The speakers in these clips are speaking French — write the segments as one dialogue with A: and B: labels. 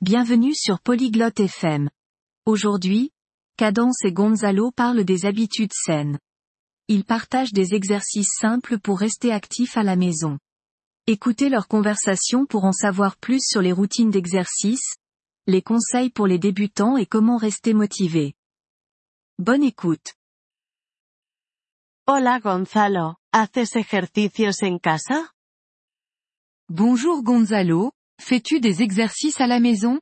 A: Bienvenue sur Polyglotte FM. Aujourd'hui, Cadence et Gonzalo parlent des habitudes saines. Ils partagent des exercices simples pour rester actifs à la maison. Écoutez leur conversation pour en savoir plus sur les routines d'exercice, les conseils pour les débutants et comment rester motivé. Bonne écoute.
B: Hola Gonzalo, ¿haces ejercicios en casa?
C: Bonjour Gonzalo, fais-tu des exercices à la maison?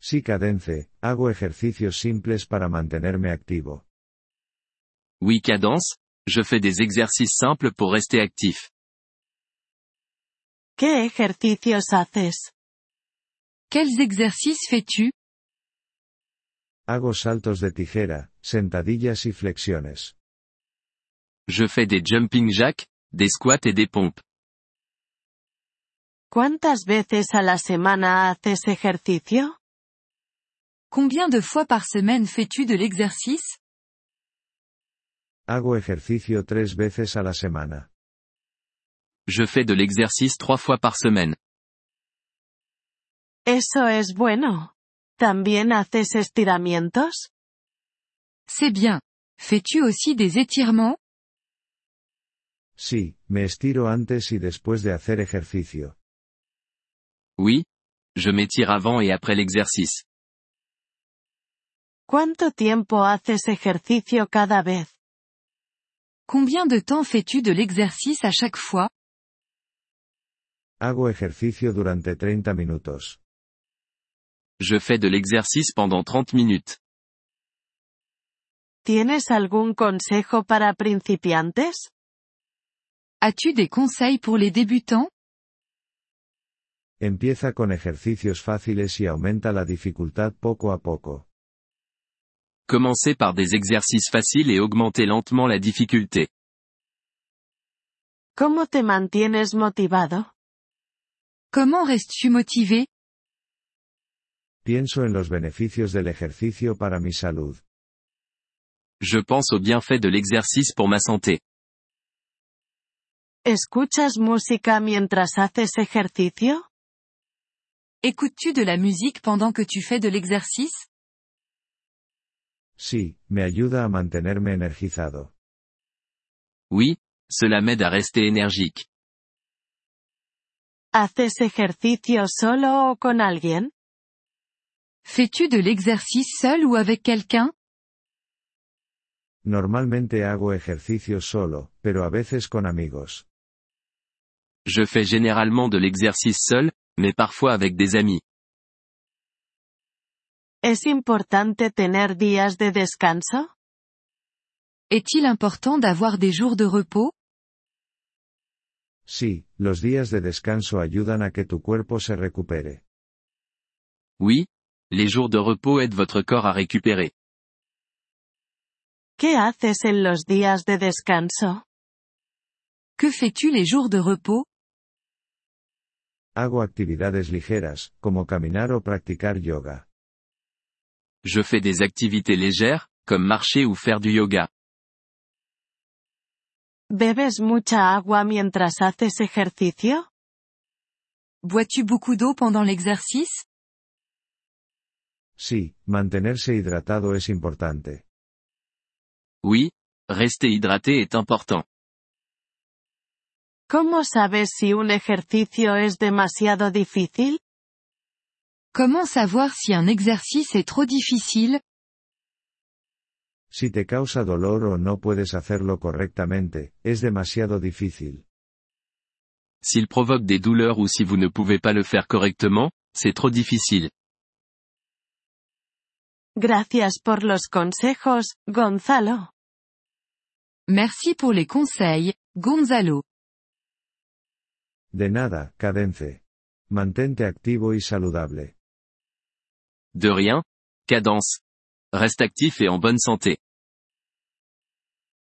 D: Sí, Cadence, hago ejercicios simples para mantenerme activo.
E: Oui, Cadence, je fais des exercices simples pour rester actif.
B: ¿Qué ejercicios haces?
C: Quels exercices fais-tu?
D: Hago saltos de tijera, sentadillas y flexiones.
E: Je fais des jumping jacks, des squats et des pompes.
B: ¿Cuántas veces a la semana haces ejercicio?
C: Combien de fois par semaine fais-tu de l'exercice?
D: Hago ejercicio tres veces a la semana.
E: Je fais de l'exercice trois fois par semaine.
B: Eso es bueno. ¿También haces estiramientos?
C: C'est bien. Fais-tu aussi des étirements?
D: Sí, me estiro antes y después de hacer ejercicio.
E: Oui. Je m'étire avant et après l'exercice.
B: ¿Cuánto tiempo haces ejercicio cada vez?
C: Combien de temps fais-tu de l'exercice à chaque fois?
D: Hago ejercicio durante 30 minutos.
E: Je fais de l'exercice pendant 30 minutes.
B: ¿Tienes algún consejo para principiantes?
C: As-tu des conseils pour les débutants?
D: Empieza con ejercicios fáciles y aumenta la dificultad poco a poco.
E: Commencez par des exercices faciles et augmentez lentement la difficulté.
B: ¿Cómo te mantienes motivado?
C: Comment restes-tu motivé?
D: Pienso en los beneficios del ejercicio para mi salud.
E: Je pense aux bienfaits de l'exercice pour ma santé.
B: ¿Escuchas música mientras haces ejercicio?
C: Écoutes-tu de la musique pendant que tu fais de l'exercice?
D: Sí, me ayuda a mantenerme energizado.
E: Oui, cela m'aide à rester énergique.
B: ¿Haces ejercicio solo o con alguien?
C: Fais-tu de l'exercice seul ou avec quelqu'un?
D: Normalmente hago ejercicio solo, pero a veces con amigos.
E: Je fais généralement de l'exercice seul, mais parfois avec des amis.
B: ¿Es importante tener días de descanso?
C: Est-il important d'avoir des jours de repos?
D: Sí, los días de descanso ayudan a que tu cuerpo se recupere.
E: Oui, les jours de repos aident votre corps à récupérer.
B: ¿Qué haces en los días de descanso?
C: Que fais-tu les jours de repos?
D: Hago actividades ligeras, como caminar o practicar yoga.
E: Je fais des activités légères, comme marcher ou faire du yoga.
B: ¿Bebes mucha agua mientras haces ejercicio?
C: Bois-tu beaucoup d'eau pendant l'exercice?
D: Sí, mantenerse hidratado es importante.
E: Oui, rester hydraté est important.
B: ¿Cómo sabes si un ejercicio es demasiado difícil?
C: Comment savoir si un exercice est trop difficile?
D: Si te causa dolor o no puedes hacerlo correctamente, es demasiado difícil.
E: S'il provoque des douleurs ou si vous ne pouvez pas le faire correctement, c'est trop difficile.
B: Gracias por los consejos, Gonzalo.
C: Merci pour les conseils, Gonzalo.
D: De nada, cadence. Mantente activo y saludable.
E: De rien. Cadence. Reste actif et en bonne santé.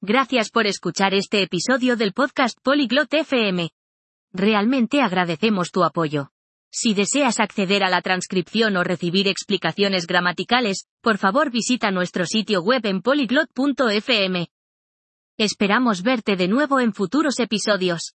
F: Gracias por escuchar este episodio del podcast Polyglot FM. Realmente agradecemos tu apoyo. Si deseas acceder a la transcripción o recibir explicaciones gramaticales, por favor visita nuestro sitio web en polyglot.fm. Esperamos verte de nuevo en futuros episodios.